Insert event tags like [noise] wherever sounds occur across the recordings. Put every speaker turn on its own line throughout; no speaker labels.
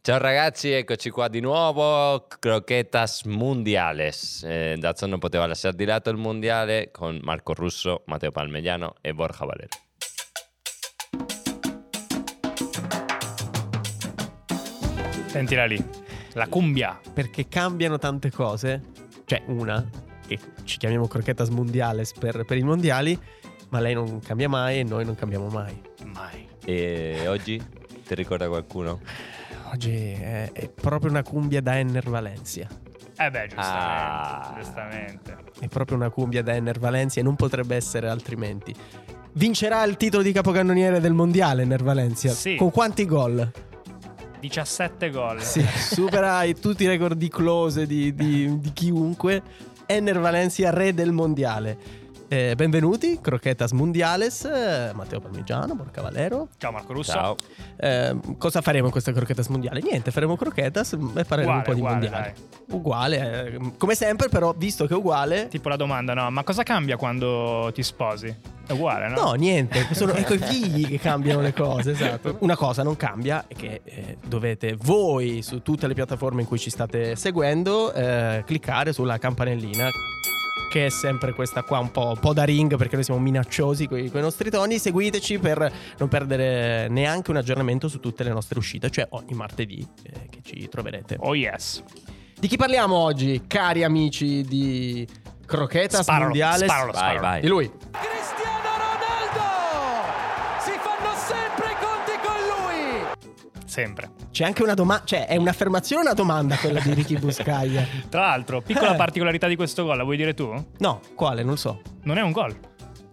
Ciao ragazzi, eccoci qua di nuovo, Croquetas Mundiales. Eh, Dazzo non poteva lasciare di lato il mondiale con Marco Russo, Matteo Palmegliano e Borja Valero.
Sentila lì, la cumbia.
perché cambiano tante cose. Cioè, una, che ci chiamiamo Croquetas Mundiales per, per i mondiali, ma lei non cambia mai e noi non cambiamo mai.
Mai.
E oggi ti ricorda qualcuno?
Oggi è, è proprio una cumbia da Enner Valencia.
Eh beh, giustamente.
Ah.
Giustamente.
È proprio una cumbia da Enner Valencia e non potrebbe essere altrimenti. Vincerà il titolo di capocannoniere del mondiale Enner Valencia.
Sì.
Con quanti gol?
17 gol.
Sì, supera i- tutti i record di close di, di- di chiunque. Enner Valencia, re del mondiale. Eh, benvenuti, Croquetas Mundiales, eh, Matteo Palmigiano, Borca Valero.
Ciao Marco Russo.
Ciao.
Eh, cosa faremo in questa Croquetas Mondiale? Niente, faremo Croquetas e faremo un
Uguale,
po' di
uguale,
mondiale. Uguale, eh, come sempre, però, visto che è uguale.
Tipo la domanda, no? Ma cosa cambia quando ti sposi? È uguale, no?
No, niente, sono ecco i figli che cambiano le cose, esatto. Una cosa non cambia è che eh, dovete voi su tutte le piattaforme in cui ci state seguendo eh, cliccare sulla campanellina che è sempre questa qua un po', un po' da ring perché noi siamo minacciosi con i nostri toni. Seguiteci per non perdere neanche un aggiornamento su tutte le nostre uscite, cioè ogni martedì eh, che ci troverete.
Oh yes.
Di chi parliamo oggi, cari amici di Croquetas
Sparalo,
Mondiale?
sparalo,
Vai,
sparalo.
vai.
Di lui.
Cristiano Ronaldo! Si fanno sempre i conti con lui!
Sempre.
C'è anche una domanda, cioè è un'affermazione o una domanda quella di Ricky Buscaglia?
Tra l'altro, piccola
Eh.
particolarità di questo gol, la vuoi dire tu?
[laughs] No, quale? Non lo so.
Non è un gol,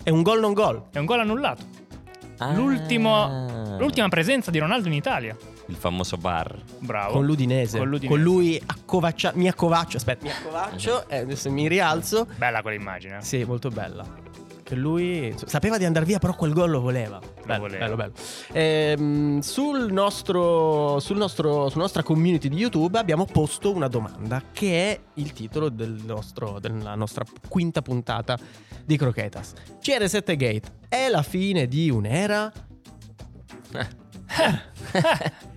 È un gol non gol.
è un gol annullato.
Ah.
L'ultimo, l'ultima presenza di Ronaldo in Italia.
Ah. Il famoso bar.
Bravo.
Con l'Udinese.
Con l'Udinese.
Con lui accovaccia- mi accovaccio, aspetta, mi accovaccio e adesso mi rialzo.
Bella quell'immagine. eh.
Sì, molto bella. Che lui sapeva di andare via, però quel gol lo voleva. bello,
voleva.
bello, bello. Ehm, sul nostro, sul nostro, sulla nostra community di YouTube abbiamo posto una domanda che è il titolo del nostro- della nostra quinta puntata di Croquetas. CR7 Gate è la fine di un'era?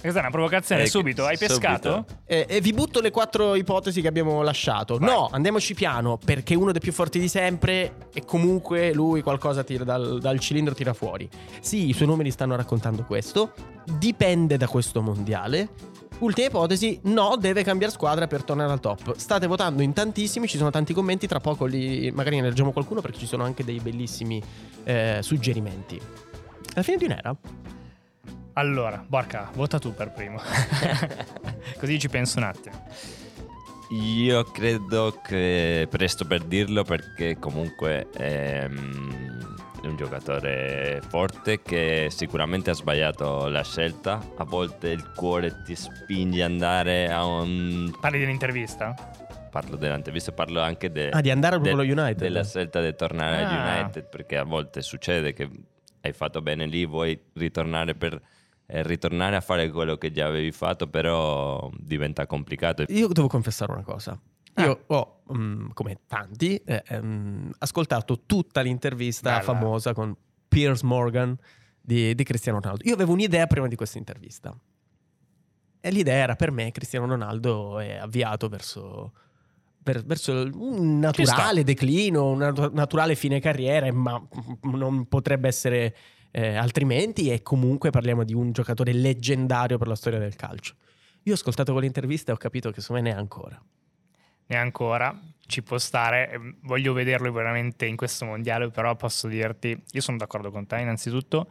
Questa è una provocazione,
Eh,
subito. Hai
subito.
pescato?
Eh, e vi butto le quattro ipotesi che abbiamo lasciato.
Vai.
No, andiamoci piano perché è uno dei più forti di sempre e comunque lui qualcosa tira dal, dal cilindro tira fuori. Sì, i suoi numeri stanno raccontando questo. Dipende da questo mondiale. Ultima ipotesi, no, deve cambiare squadra per tornare al top. State votando in tantissimi, ci sono tanti commenti, tra poco li, magari ne leggiamo qualcuno perché ci sono anche dei bellissimi eh, suggerimenti. Alla fine di un'era?
Allora, Borca, vota tu per
[laughs]
primo. Così ci penso un attimo.
Io credo che presto per dirlo perché comunque ehm, è un giocatore forte che sicuramente ha sbagliato la scelta. A volte il cuore ti spinge ad andare a un...
Parli dell'intervista?
Parlo dell'antivista, parlo anche de-
Ah, di andare
de-
proprio allo United.
della scelta di tornare al
Ah.
United perché a volte succede che hai fatto bene lì, vuoi ritornare per... eh, Ritornare a fare quello che già avevi fatto, però diventa complicato.
Io devo confessare una cosa.
Ah.
Io ho, mm, come tanti, eh, ehm, ascoltato tutta l'intervista
Bella.
famosa con Piers Morgan di, di Cristiano Ronaldo. Io avevo un'idea prima di questa intervista. E l'idea era per me Cristiano Ronaldo è avviato verso, per- verso un
Ci sta.
naturale declino, una nat- naturale fine carriera, ma mm, non potrebbe essere eh, altrimenti. E comunque parliamo di un giocatore leggendario per la storia del calcio. Io ho ascoltato quell'intervista e ho capito che secondo me ne è ancora.
Ne ancora, ci può stare, ehm, voglio vederlo veramente in questo mondiale, però posso dirti, io sono d'accordo con te innanzitutto,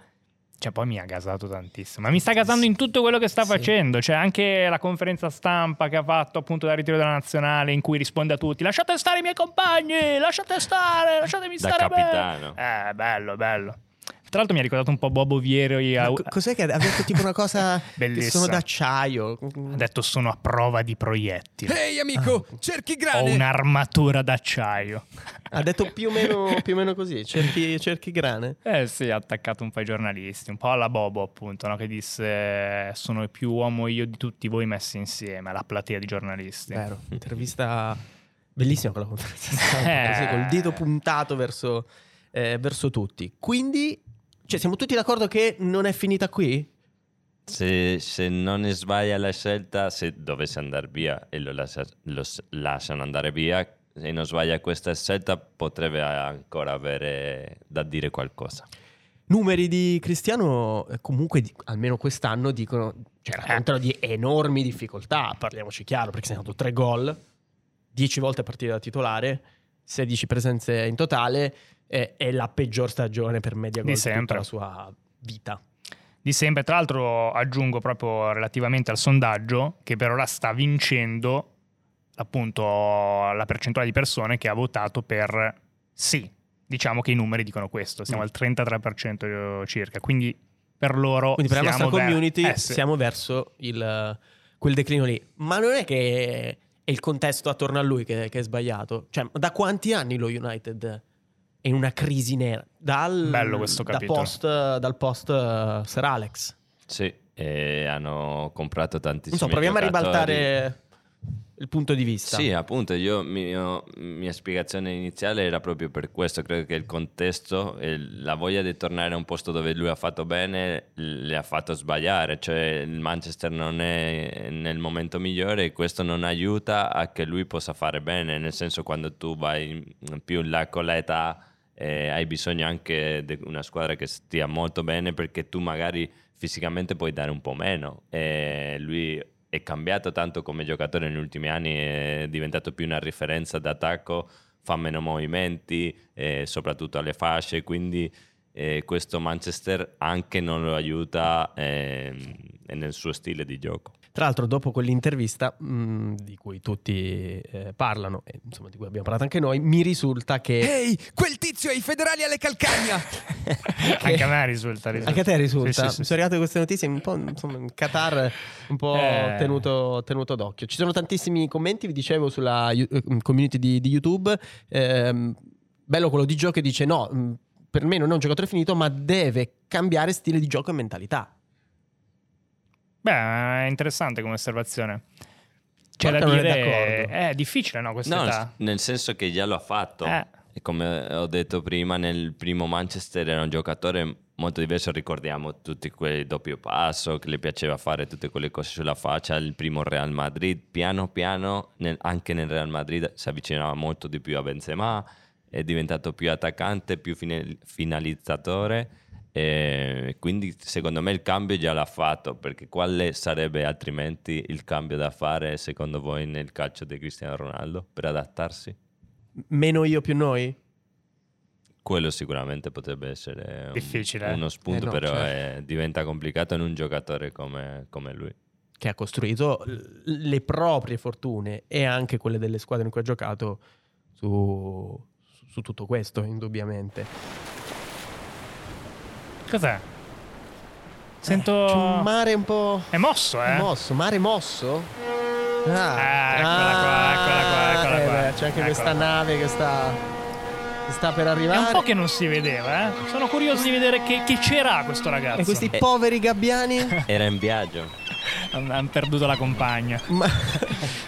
cioè poi mi ha gasato tantissimo, ma mi sta gasando in tutto quello che sta
Sì.
facendo, cioè anche la conferenza stampa che ha fatto appunto dal ritiro della nazionale in cui risponde a tutti, lasciate stare i miei compagni, lasciate stare, lasciatemi
Da
stare bene.
capitano.
Eh, bello, bello. Tra l'altro mi ha ricordato un po' Bobo Viero,
Ma co- cos'è che ha detto tipo una cosa che
Bellissima.
sono d'acciaio?
ha detto sono a prova di proiettili.
Ehi amico, cerchi
Ho
grane!
un'armatura d'acciaio.
Ha detto più o meno, più o meno così, cerchi, cerchi grane.
Eh sì, ha attaccato un po' i giornalisti, un po' alla Bobo appunto, no? che disse eh, sono il più uomo io di tutti voi messi insieme, alla platea di giornalisti.
Vero, intervista bellissima quella conferenza
Eh.
stampa, [laughs] così, col dito puntato verso, eh, verso tutti. Quindi, cioè, siamo tutti d'accordo che non è finita qui?
se, se non sbaglia la scelta, se dovesse andare via e lo, lascia- lo s- lasciano andare via, se non sbaglia questa scelta potrebbe ancora avere da dire qualcosa.
Numeri di Cristiano, eh, comunque, di- almeno quest'anno, dicono, cioè,
Eh.
raccontano di enormi difficoltà, parliamoci chiaro, perché sono andato tre gol, 10 volte a partire da titolare, 16 presenze in totale, eh, è la peggior stagione per media
Di
gol di tutta
sempre.
la sua vita.
di sempre. Tra l'altro aggiungo proprio relativamente al sondaggio che per ora sta vincendo appunto la percentuale di persone che ha votato per sì. Diciamo che i numeri dicono questo, siamo al 33% circa, quindi per loro
Quindi per la
siamo
nostra
ver-
community
eh, sì.
siamo verso il, quel declino lì. Ma non è che è il contesto attorno a lui che, che è sbagliato. Cioè, da quanti anni lo United è in una crisi nera? Dal,
Bello questo
da
capitolo.
post, dal post eh, Sir Alex.
Sì, e hanno comprato tantissimi
Non so, proviamo a
giocatori.
ribaltare il punto di vista.
Sì, appunto, io, mio- mia spiegazione iniziale era proprio per questo, credo che il contesto, e la voglia di tornare a un posto dove lui ha fatto bene, le ha fatto sbagliare, cioè il Manchester non è nel momento migliore e questo non aiuta a che lui possa fare bene, nel senso quando tu vai in- più in là con l'età eh, hai bisogno anche di una squadra che stia molto bene perché tu magari fisicamente puoi dare un po' meno. E lui è cambiato tanto come giocatore negli ultimi anni, è diventato più una referenza d'attacco, fa meno movimenti, eh, soprattutto alle fasce, quindi eh, questo Manchester anche non lo aiuta ehm, nel suo stile di gioco.
Tra l'altro, dopo quell'intervista mh, di cui tutti eh, parlano, e insomma di cui abbiamo parlato anche noi, mi risulta che.
Ehi, quel tizio ha i federali alle calcagna!
[laughs] Anche a me risulta. risulta.
Anche a te risulta.
Sì, sì, sì,
Mi
sì.
sono arrivate queste notizie un po' insomma, in Qatar un po'
Eh.
tenuto, tenuto d'occhio. Ci sono tantissimi commenti, vi dicevo, sulla you- eh, community di, di YouTube. Ehm, bello quello di Gio che dice no, mh, per me non è un giocatore finito, ma deve cambiare stile di gioco e mentalità.
Beh, è interessante come osservazione. C'è da
Porca non è
dire,
d'accordo.
è difficile, no? Questa
No,
età.
nel senso che già lo ha fatto.
Eh.
E come ho detto prima, nel primo Manchester era un giocatore molto diverso. Ricordiamo tutti quei doppio passo che le piaceva fare tutte quelle cose sulla faccia. Il primo Real Madrid, piano piano, nel- anche nel Real Madrid si avvicinava molto di più a Benzema. È diventato più attaccante, più fine- finalizzatore. E quindi secondo me il cambio già l'ha fatto perché quale sarebbe altrimenti il cambio da fare secondo voi nel calcio di Cristiano Ronaldo per adattarsi?
Meno io più noi?
Quello sicuramente potrebbe essere un-
Difficile, eh?
uno spunto,
Eh no,
però
certo.
eh, diventa complicato in un giocatore come, come lui.
che ha costruito l- le proprie fortune e anche quelle delle squadre in cui ha giocato su, su tutto questo, indubbiamente.
Cos'è? Sento...
Eh, C'è un mare un po'
È mosso, eh?
mosso, mare mosso?
Ah, eccola qua, eccola qua, eccola
eh
qua.
beh, C'è anche
Eccola
questa
qua.
nave che sta, che sta per
È un
arrivare.
po' che non si vedeva, eh? Sono curioso di vedere che, che c'era questo ragazzo.
E questi
[laughs]
poveri gabbiani?
Era in viaggio.
Hanno han perduto la compagna.
ma,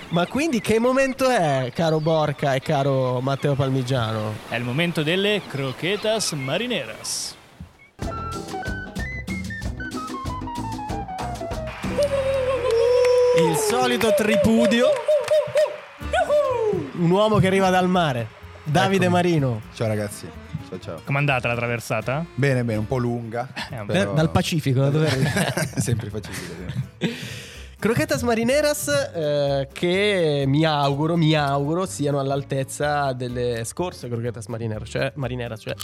ma quindi che momento è, caro Borca e caro Matteo Palmigiano?
È il momento delle croquetas marineras.
Il solito tripudio. Un uomo che arriva dal mare. Davide
Ecco.
Eccomi.
Marino.
Ciao ragazzi, ciao ciao.
Com'è andata la traversata?
Bene, bene, un po' [laughs] lunga.
Eh, un po'.
Da-
però-
Dal Pacifico, da dove arriva?
[laughs] Sempre facile. sì.
Croquetas Marineras eh, che mi auguro, mi auguro siano all'altezza delle scorse Croquetas Marineras, cioè, marineras, cioè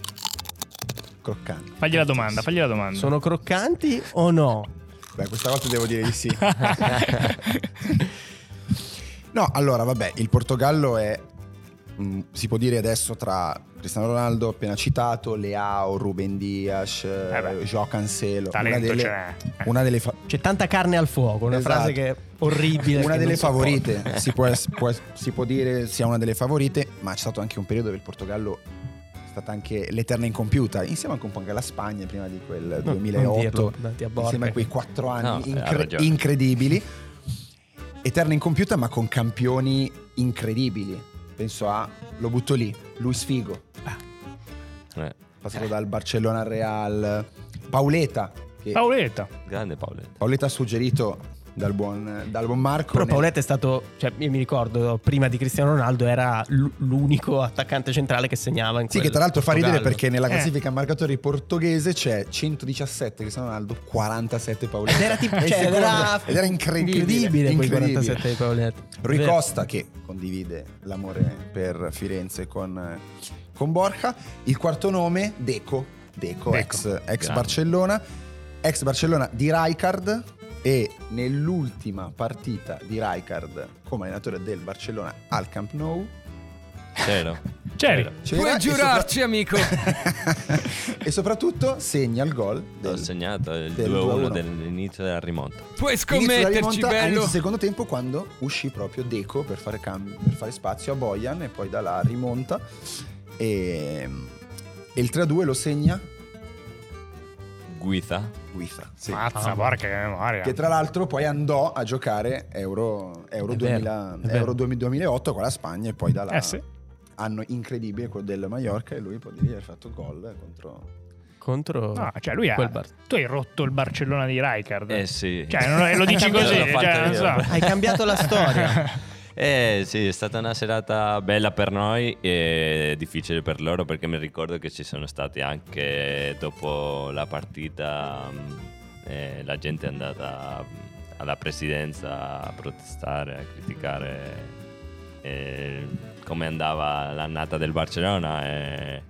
Croccante.
Fagli la domanda, fagli la domanda.
sono croccanti o no?
Beh, questa volta devo dire di [laughs] sì. No, allora, vabbè, il Portogallo è, mh, si può dire adesso tra Cristiano Ronaldo, appena citato, Leao, Ruben Dias,
beh.
eh, Joao Cancelo.
Talento
una delle,
c'è. eh.
una delle fa-
C'è tanta carne al fuoco, una
Esatto.
frase che è orribile.
Una
che
delle
non sopporto.
favorite, si può, es- può es- si può dire sia una delle favorite, ma c'è stato anche un periodo dove il Portogallo è stata anche l'eterna incompiuta, insieme anche un po' anche alla Spagna prima di quel
No,
2008,
non dirlo, dati a Borca.
insieme a quei quattro anni
No, eh, ha
incre-
ragione.
incredibili, eterna incompiuta ma con campioni incredibili. Penso a, lo butto lì, Luis Figo,
Eh,
passato dal Barcellona al Real, Pauleta, Che
Paoletta.
Grande Paoletta.
Paoletta ha suggerito dal buon, dal buon Marco.
Però
nel-
Paoletta è stato, cioè io mi ricordo, prima di Cristiano Ronaldo era l- l'unico attaccante centrale che segnava in
Sì,
quel
che tra l'altro fa ridere
Portogallo.
perché nella
Eh.
classifica marcatori portoghese c'è 117 Cristiano Ronaldo, 47 Paoletta.
Ed era
[laughs]
tipo,
È il
cioè,
secondo.
era,
Ed era incredibile.
incredibile quei
incredibile.
47 di Paoletta.
Rui
Vero.
Costa che condivide l'amore per Firenze con, con Borja. Il quarto nome, Deco, Deco,
Deco.
ex, ex
Grande.
Barcellona, ex Barcellona di Rijkaard e nell'ultima partita di Rijkaard come allenatore del Barcellona al Camp Nou
C'ero.
C'eri.
C'ero.
c'era
Puoi
e
giurarci, amico.
sopra- [laughs] e soprattutto segna il gol
Ho
del
segnato il
del
2-1
2-1.
dell'inizio della rimonta.
Puoi
Inizio della
scommetterci,
rimonta all'inizio
bello.
del secondo tempo quando uscì proprio Deco per fare, cam- per fare spazio a Bojan e poi da là rimonta e, e il 3-2 lo segna
Guiza.
Guiza sì.
Ah.
Mazza, porca eh, che memoria.
che tra l'altro poi andò a giocare Euro, Euro
È vero,
2000
è vero.
Euro 2000 2008 con la Spagna e poi da là
Eh sì.
anno incredibile quello del Mallorca e lui può dire di aver fatto gol contro
Contro
No, cioè lui ha...
quel Bar-
Tu hai rotto il Barcellona di Rijkaard.
Eh sì.
Cioè, non- lo dici così,
L'ho fatto
cioè, non
io.
so.
Hai cambiato la storia.
[laughs]
Eh sì, è stata una serata bella per noi e difficile per loro perché mi ricordo che ci sono stati anche dopo la partita mm, eh, la gente è andata mm, alla presidenza a protestare, a criticare eh, come andava l'annata del Barcellona e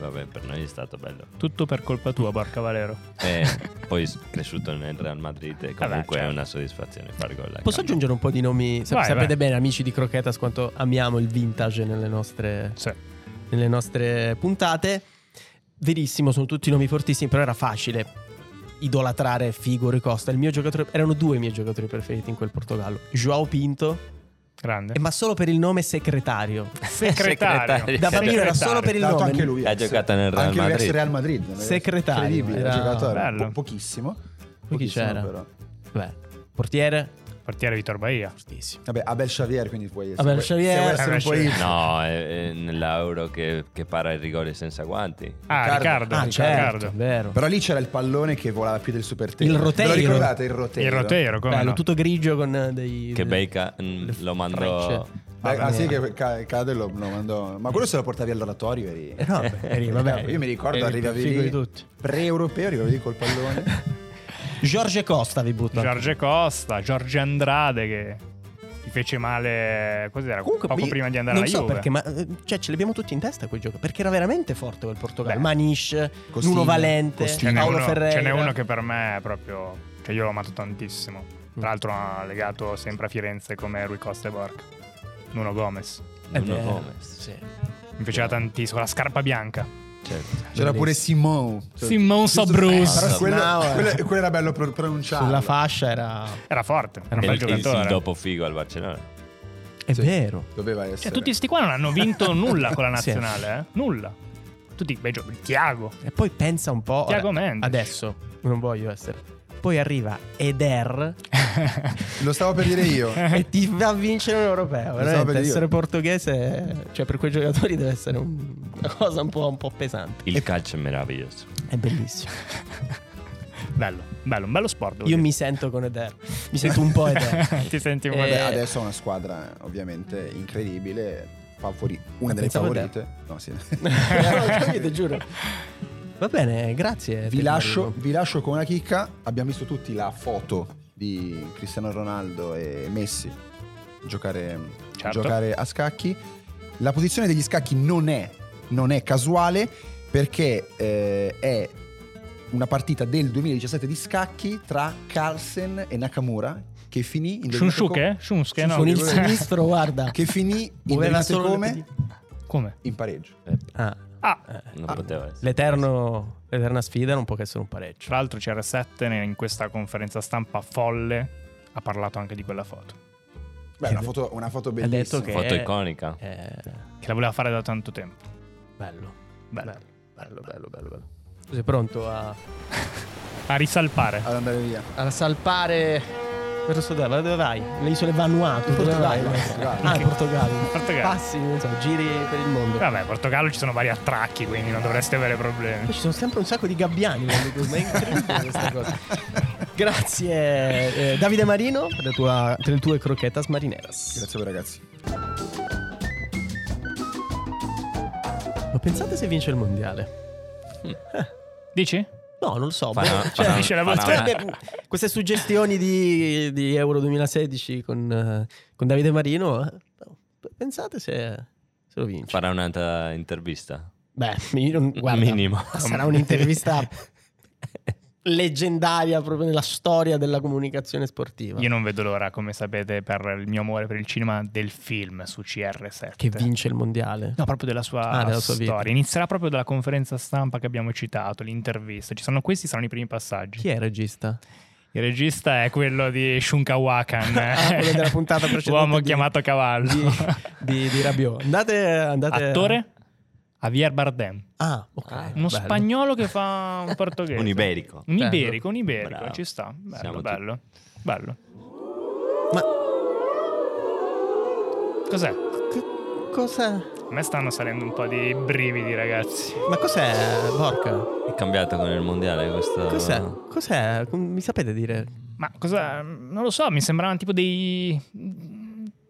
vabbè per noi è stato bello.
Tutto per colpa tua, porca Valero.
E poi s- cresciuto nel Real Madrid e comunque è
certo.
una soddisfazione fare gol. al
Posso
campo.
aggiungere un po' di nomi? Sap-
Vai,
sapete
vai.
bene, amici di Croquetas, quanto amiamo il vintage nelle nostre,
Sì.
nelle nostre puntate. Verissimo, sono tutti nomi fortissimi, però era facile idolatrare Figo, Rui Costa. Il mio giocatore, erano due i miei giocatori preferiti in quel Portogallo. Joao Pinto,
Grande.
eh, ma solo per il nome secretario.
Segretario.
Secretario.
Da bambino era solo per il
Tra l'altro
nome.
anche lui
Ha
ex-
giocato nel Real
anche lui ex
Madrid.
Real Madrid
Secretario,
incredibile
era-
giocatore
Bello.
po- pochissimo
Poi chi
pochissimo
c'era?
però.
[laughs] Beh, portiere,
Portiere Vitor Bahia.
fortissimo.
Vabbè, Abel Xavier, quindi puoi
Abel
se vuoi-
Xavier.
se vuoi essere
Abel
un po'
Xavier.
hipster.
No, è, è nell'Euro che, che para il rigore senza guanti.
Ah, Riccardo.
Riccardo.
Ah, certo,
Riccardo.
vero.
Però lì c'era il pallone che volava più del super
Il
Ve lo
roteiro.
ricordate il roteiro?
Il Rotero, come
Bello,
no?
tutto grigio con eh, dei...
Che
dei-
Bacon
le
lo mandò.
frecce.
Beh,
Mamma
ah sì,
mia.
che ca- cade e lo, lo mandò. Ma quello se lo portavi all'oratorio eri...
Eh
[laughs]
no, beh, eri- vabbè,
Io mi ricordo,
eri
arrivavi
più figo di
lì,
tutti.
pre-europeo, arrivavi lì col
[laughs]
pallone.
Giorgio Costa vi butto.
Giorgio Costa, Giorgio Andrade che ti fece male cos'era, poco
io
prima di andare alla
non so
Juve.
perché, ma eh, cioè, ce li abbiamo tutti in testa quei giochi. Perché era veramente forte quel Portogallo.
Beh.
Manish,
Costiglia,
Nuno Valente,
ce,
Costiglia.
n'è
Paolo
uno,
Ferreira.
ce n'è uno che per me è proprio cioè io l'ho amato tantissimo. Tra l'altro ha legato sempre a Firenze come Rui Costa e Borca. Nuno Gomez.
È
Nuno
vero,
Gomez.
Eh, sì.
Mi piaceva tantissimo, la scarpa bianca.
certo.
C'era pure Simone.
Simon Sabrus.
Però quello,
Simone.
quello- quello era bello pro- pronunciarlo.
Sulla fascia era...
Eh, Era forte, era un
È
bel
il- il,
giocatore.
il dopo figo al Barcellona.
È
Sì.
vero.
Doveva essere.
Cioè, tutti sti qua non hanno vinto nulla [laughs] con la nazionale, eh? Nulla. Tutti bei giochi. [laughs] Tiago.
E poi pensa un po'...
Thiago Mendes.
Adesso, non voglio essere... Poi arriva Eder
Lo stavo per
[laughs]
dire io.
Eh.
e ti fa vincere un europeo.
stavo
Veramente,
per dire.
essere portoghese, cioè per quei giocatori deve essere un- una cosa un po', un po' pesante.
Il calcio è meraviglioso.
È bellissimo.
bello, bello, un bello sport. devo
Io
dire.
mi sento con Eder. Mi sento un po' Eder.
[laughs] Ti senti un po'
Eh,
Vabbè,
bene.
[laughs] adesso è una squadra ovviamente incredibile. Favori- una delle
Pensavo
favorite. No, sì.
[laughs] No, capite, giuro. Va bene, grazie.
vi,
Federico.
lascio, vi lascio con una chicca. Abbiamo visto tutti la foto di Cristiano Ronaldo e Messi giocare,
Certo.
giocare a scacchi. La posizione degli scacchi non è, non è casuale perché eh, è una partita del 2017 di scacchi tra Carlsen e Nakamura che finì in
eh?
Shunsuke? Shunsuke, no.
Con il
[laughs]
Federico.
sinistro, guarda.
che finì
Muoveva
indovinate
solo le
come?
pedine.
Come?
in pareggio.
Ah,
Ah,
Non poteva essere.
l'eterno, l'eterna sfida non può che essere un pareggio.
tra l'altro c'era Setten in questa conferenza stampa folle ha parlato anche di quella foto.
Beh, una foto, una foto
Ha
bellissima.
detto che
Foto
è- eh,
iconica.
è
Che la voleva fare da tanto tempo.
bello.
Bello.
Bello, bello, bello, bello. Tu sei pronto a,
A risalpare.
Ad andare via.
a salpare Per il Sudafrica, dove vai? Le isole Vanuatu. dove
Portogallo,
vai?
Portogallo.
Ah, in Portogallo.
Portogallo.
Passi, non so, giri per il mondo.
Vabbè, in Portogallo ci sono vari attracchi, quindi non dovreste avere problemi.
Poi ci sono sempre un sacco di gabbiani nelle tue- ma è incredibile questa cosa. Grazie eh, Davide Marino per, la tua- per le tue croquetas marineras.
[laughs] Grazie a voi ragazzi.
Ma pensate se vince il mondiale?
Dici?
No, non lo so. [laughs]
Fa-
boh,
fa-
cioè,
dice la
fa-
volta-
fa-
potrebbe- queste suggestioni di, di Euro 2016 con, eh, con Davide Marino, eh, pensate se, se lo vince.
Farà un'altra intervista.
Beh, mi- non- guarda,
Minimo.
sarà un'intervista leggendaria proprio nella storia della comunicazione sportiva.
Io non vedo l'ora, come sapete, per il mio amore per il cinema del film su CR7.
Che vince il mondiale.
No, proprio della sua,
Ah, della sua vita.
storia. Inizierà proprio dalla conferenza stampa che abbiamo citato, l'intervista. Ci sono questi, saranno i primi passaggi.
Chi è il regista?
Il regista è quello di Shunkawakan,
[laughs] Ah, quello della puntata precedente.
Eh, uomo
di-
chiamato cavallo.
Di, di,
[laughs]
di Rabiot. Andate, andate.
Attore? Javier Bardem,
Ah, ok.
Ah,
uno
bello.
spagnolo che fa
[laughs]
un portoghese.
Un iberico.
Un
Bello.
iberico, un iberico,
Bravo.
ci sta. Bello,
Siamo tutti-
bello. Bello.
Ma
Cos'è?
che- cos'è?
A me stanno salendo un po' di brividi, ragazzi.
Ma cos'è, Porca?
È cambiato con il mondiale questo.
Cos'è? Cos'è? Com- Mi sapete dire?
Ma cosa... Non lo so, mi sembravano tipo dei...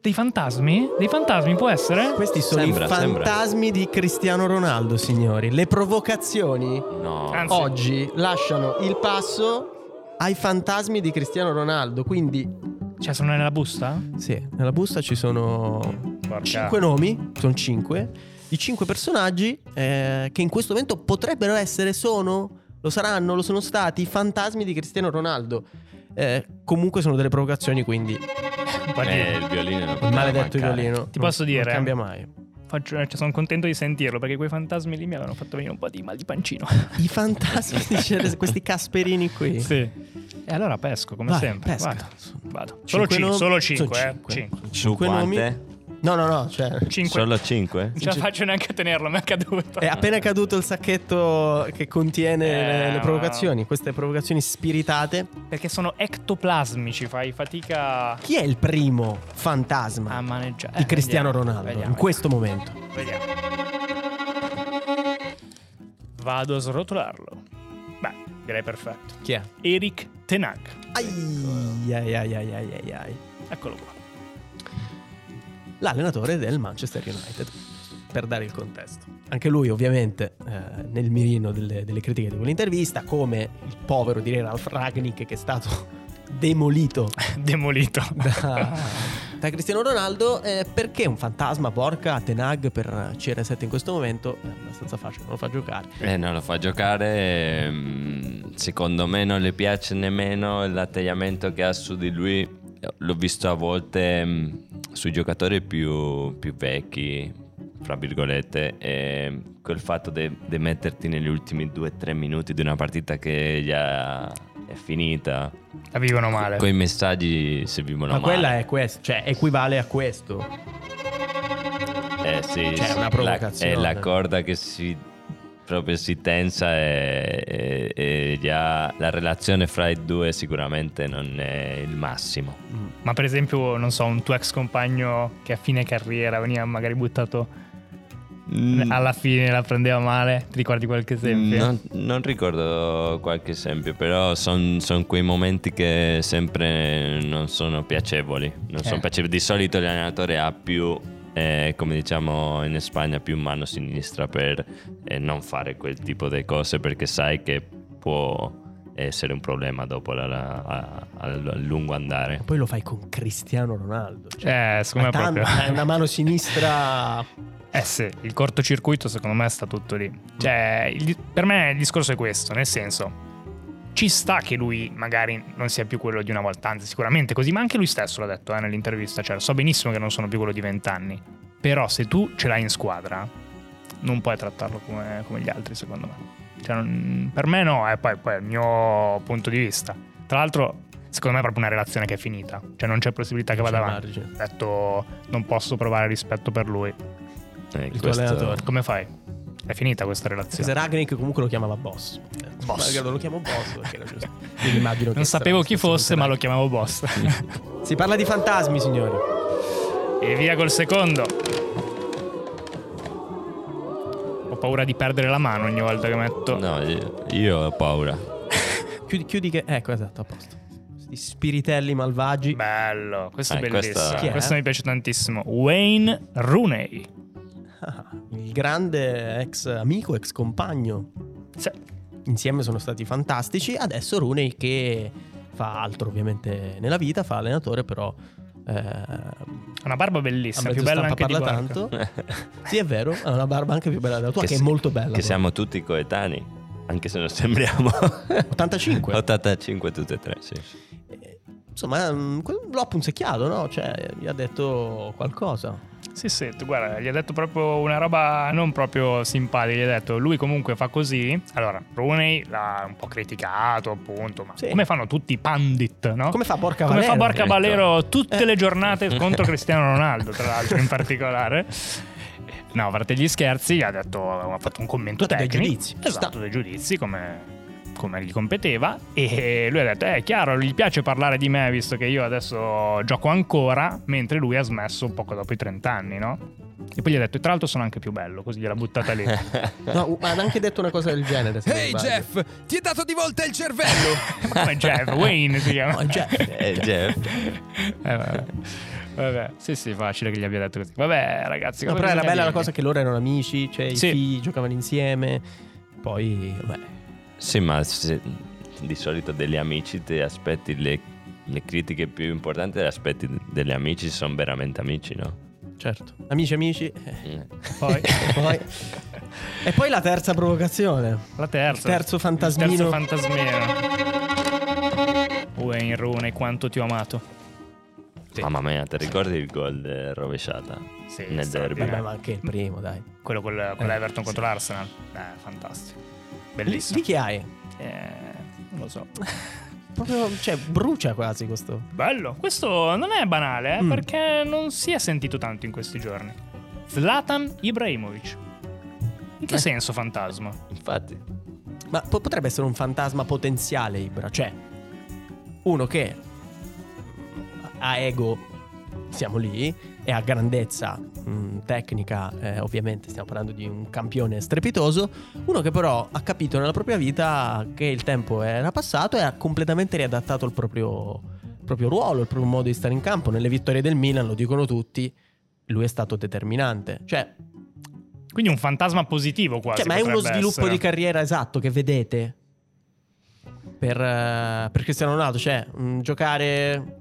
Dei fantasmi? Dei fantasmi, può essere?
Questi sono
Sembra,
i
sembra.
fantasmi di Cristiano Ronaldo, signori. Le provocazioni
No.
Ah,
Anzi-
oggi lasciano il passo ai fantasmi di Cristiano Ronaldo. Quindi,
Cioè, sono nella busta?
sì, nella busta ci sono
Porca.
cinque nomi, sono cinque, di cinque personaggi eh, che in questo momento potrebbero essere, sono, lo saranno, lo sono stati, i fantasmi di Cristiano Ronaldo. Eh, comunque sono delle provocazioni, quindi
Un po' di-
Eh, il violino. non poteva
maledetto il
mancare.
violino.
Ti posso dire?
Non cambia mai.
Faccio- cioè, sono contento di sentirlo perché quei fantasmi lì mi avevano fatto venire un po' di mal di pancino.
I fantasmi di Ceres- questi Casperini [laughs] qui.
Sì. E allora pesco, come
Vai,
sempre.
pesca.
Vado. Vado. Solo,
Cinque
cin-
nomi-
solo
sono
5, eh.
cinque.
5.
Su
Cinque
quante?
No, no, no, cioè
Solo 5?
Non ce la faccio neanche a tenerlo, mi è caduto.
è appena caduto il sacchetto che contiene le-
Eh,
le,
ma-
provocazioni, queste provocazioni spiritate.
Perché sono ectoplasmici, fai fatica
Chi è il primo fantasma
a maneggiare.
di Cristiano
Eh, Vediamo,
Ronaldo
vediamo,
in questo momento?
Vediamo. Vado a srotolarlo. Beh, direi perfetto.
Chi è?
Eric Tenag.
Ai, ai, ai, ai, ai, ai, ai.
Eccolo qua. [laughs]
L'allenatore del Manchester United, per dare il contesto. Anche lui ovviamente eh, nel mirino delle, delle critiche di quell'intervista, come il povero direi Ralf Ragnick che è stato [laughs] demolito
Demolito. [laughs]
da, da Cristiano Ronaldo eh, perché un fantasma porca a Tenag per CR7 in questo momento è abbastanza facile, non lo fa giocare.
Eh, non lo fa giocare. ehm, Secondo me non le piace nemmeno l'atteggiamento che ha su di lui. L'ho visto a volte ehm, sui giocatori più, più vecchi, fra virgolette, e quel fatto di metterti negli ultimi 2-3 minuti di una partita che già è finita.
La vivono male.
Quei messaggi servivano
Ma
male.
quella è questo, cioè equivale a questo.
Eh sì,
Cioè,
sì,
una
la-
provocazione.
è la corda che si proprio si tensa e, e- e già la relazione fra i due sicuramente non è il massimo.
Ma per esempio, non so, un tuo ex compagno che a fine carriera veniva magari buttato
Mm.
alla fine, la prendeva male. Ti ricordi qualche esempio?
Non, non ricordo qualche esempio, però sono quei momenti che sempre non sono piacevoli. Non sono
Eh.
piacevoli. Di solito l'allenatore ha più, eh, come diciamo in Spagna, più mano sinistra per eh, non fare quel tipo di cose perché sai che può essere un problema dopo la- la- a, a- a lungo andare.
E poi lo fai con Cristiano Ronaldo. Cioè,
Eh, secondo me
ma tan-
proprio.
è una mano sinistra
Eh sì, il cortocircuito secondo me sta tutto lì. Cioè, il- per me il discorso è questo, nel senso, ci sta che lui magari non sia più quello di una volta, anzi sicuramente così, ma anche lui stesso l'ha detto eh, nell'intervista, cioè so benissimo che non sono più quello di vent'anni, però se tu ce l'hai in squadra non puoi trattarlo come, come gli altri secondo me. Cioè, non- per me no, eh, poi, poi è il mio punto di vista. Tra l'altro, secondo me è proprio una relazione che è finita, cioè non c'è possibilità che
C'è
vada avanti.
margine.
Ha detto non posso provare rispetto per lui.
Eh,
Il tuo allenatore.
Come fai? È finita questa relazione.
Cioè, Ragnick comunque lo chiamava boss.
Boss.
Ma lo chiamo boss perché era giusto. Quindi immagino che
Non sapevo
sarà
chi
lo stesso
fosse, ma lo
Ragnick.
chiamavo boss.
Si parla di fantasmi, signori.
[laughs] e via col secondo. Ho paura di perdere la mano ogni volta che metto.
No, io, io ho paura.
Chiudi, chiudi che... Ecco, esatto, a posto. Questi spiritelli malvagi.
Bello, questo
Eh,
è
questa-
bellissimo.
Chi
è?
Questo mi piace tantissimo. Wayne Rooney.
Ah, il grande ex amico, ex compagno.
Sì.
Insieme sono stati fantastici. Adesso Rooney che fa altro ovviamente nella vita, fa allenatore però... Eh,
Ha Una barba
a
bellissima,
mezzo
più bella
stampa
anche di
parla
Gorka.
tanto. sì, è vero, ha una barba anche più bella della tua, che, è
si-
molto bella.
Che siamo tutti coetanei, anche se non sembriamo. [laughs]
85.
85 tutte e tre, sì.
Eh, Insomma, mm, que- l'ho punzecchiato, no? Cioè, gli ha detto qualcosa.
Sì, sì, tu guarda, gli ha detto proprio una roba non proprio simpatica. Gli ha detto, lui comunque fa così. Allora, Rooney l'ha un po' criticato, appunto, ma
Sì.
come fanno tutti i pandit, no?
Come fa Porca
Come fa
Valero?
Borca Valero tutte
Eh.
le giornate contro Cristiano Ronaldo, tra l'altro, in particolare. No, a parte gli scherzi, ha, detto, ha fatto un commento
Ha dato dei
tecnico.
giudizi, ci
Esatto,
sta.
dei giudizi, come, come gli competeva. E lui ha detto, eh, è chiaro, gli piace parlare di me, visto che io adesso gioco ancora, mentre lui ha smesso poco dopo i 30 anni, no? E poi gli ha detto, tra l'altro sono anche più bello, così gliel'ha buttata
[laughs]
lì.
No, u- ha anche detto una cosa del genere. se non
Ehi
sbaglio.
Jeff, ti è dato di volta il cervello!
Eh, Ma come Jeff, Wayne si chiama.
No, Jeff.
[laughs]
Eh, Jeff.
Eh, vabbè. Vabbè, sì, sì, facile che gli abbia detto così. Vabbè, ragazzi,
No,
cosa
però era
bisogna
bella la
dirvi?
cosa che loro erano amici, cioè
Sì.
i figli giocavano insieme. Poi, vabbè,
Sì, ma se- di solito degli amici ti aspetti le, le critiche più importanti, le aspetti degli amici se sono veramente amici, no?
certo. Amici, amici. eh,
Eh.
[laughs]
Poi,
poi-
[laughs]
E poi la terza provocazione.
la terza.
Il terzo fantasmino.
Il terzo fantasmino. Wayne Rooney, quanto ti ho amato. Sì.
Mamma mia, ti ricordi il gol eh, rovesciata
Sì,
nel derby?
straordinario.
Vabbè, ma anche il primo, dai.
Quello col- con
Eh,
l'Everton
sì.
contro l'Arsenal. Eh, fantastico.
Di,
Bellissimo.
di chi hai?
Eh, non lo so.
Proprio, cioè, brucia quasi questo.
Bello. Questo non è banale, eh,
Mm.
perché non si è sentito tanto in questi giorni. Zlatan Ibrahimovic. In
Eh.
che senso fantasma?
Infatti,
Ma po- potrebbe essere un fantasma potenziale, Ibra. Cioè, uno che ha ego, siamo lì, e ha grandezza mh, tecnica, eh, ovviamente stiamo parlando di un campione strepitoso. Uno che però ha capito nella propria vita che il tempo era passato e ha completamente riadattato il proprio, proprio ruolo, il proprio modo di stare in campo. Nelle vittorie del Milan, lo dicono tutti, lui è stato determinante. Cioè,
Quindi un fantasma positivo quasi.
cioè, ma è uno
potrebbe
sviluppo
essere.
di carriera esatto che vedete per, eh, per Cristiano Ronaldo, cioè mh, giocare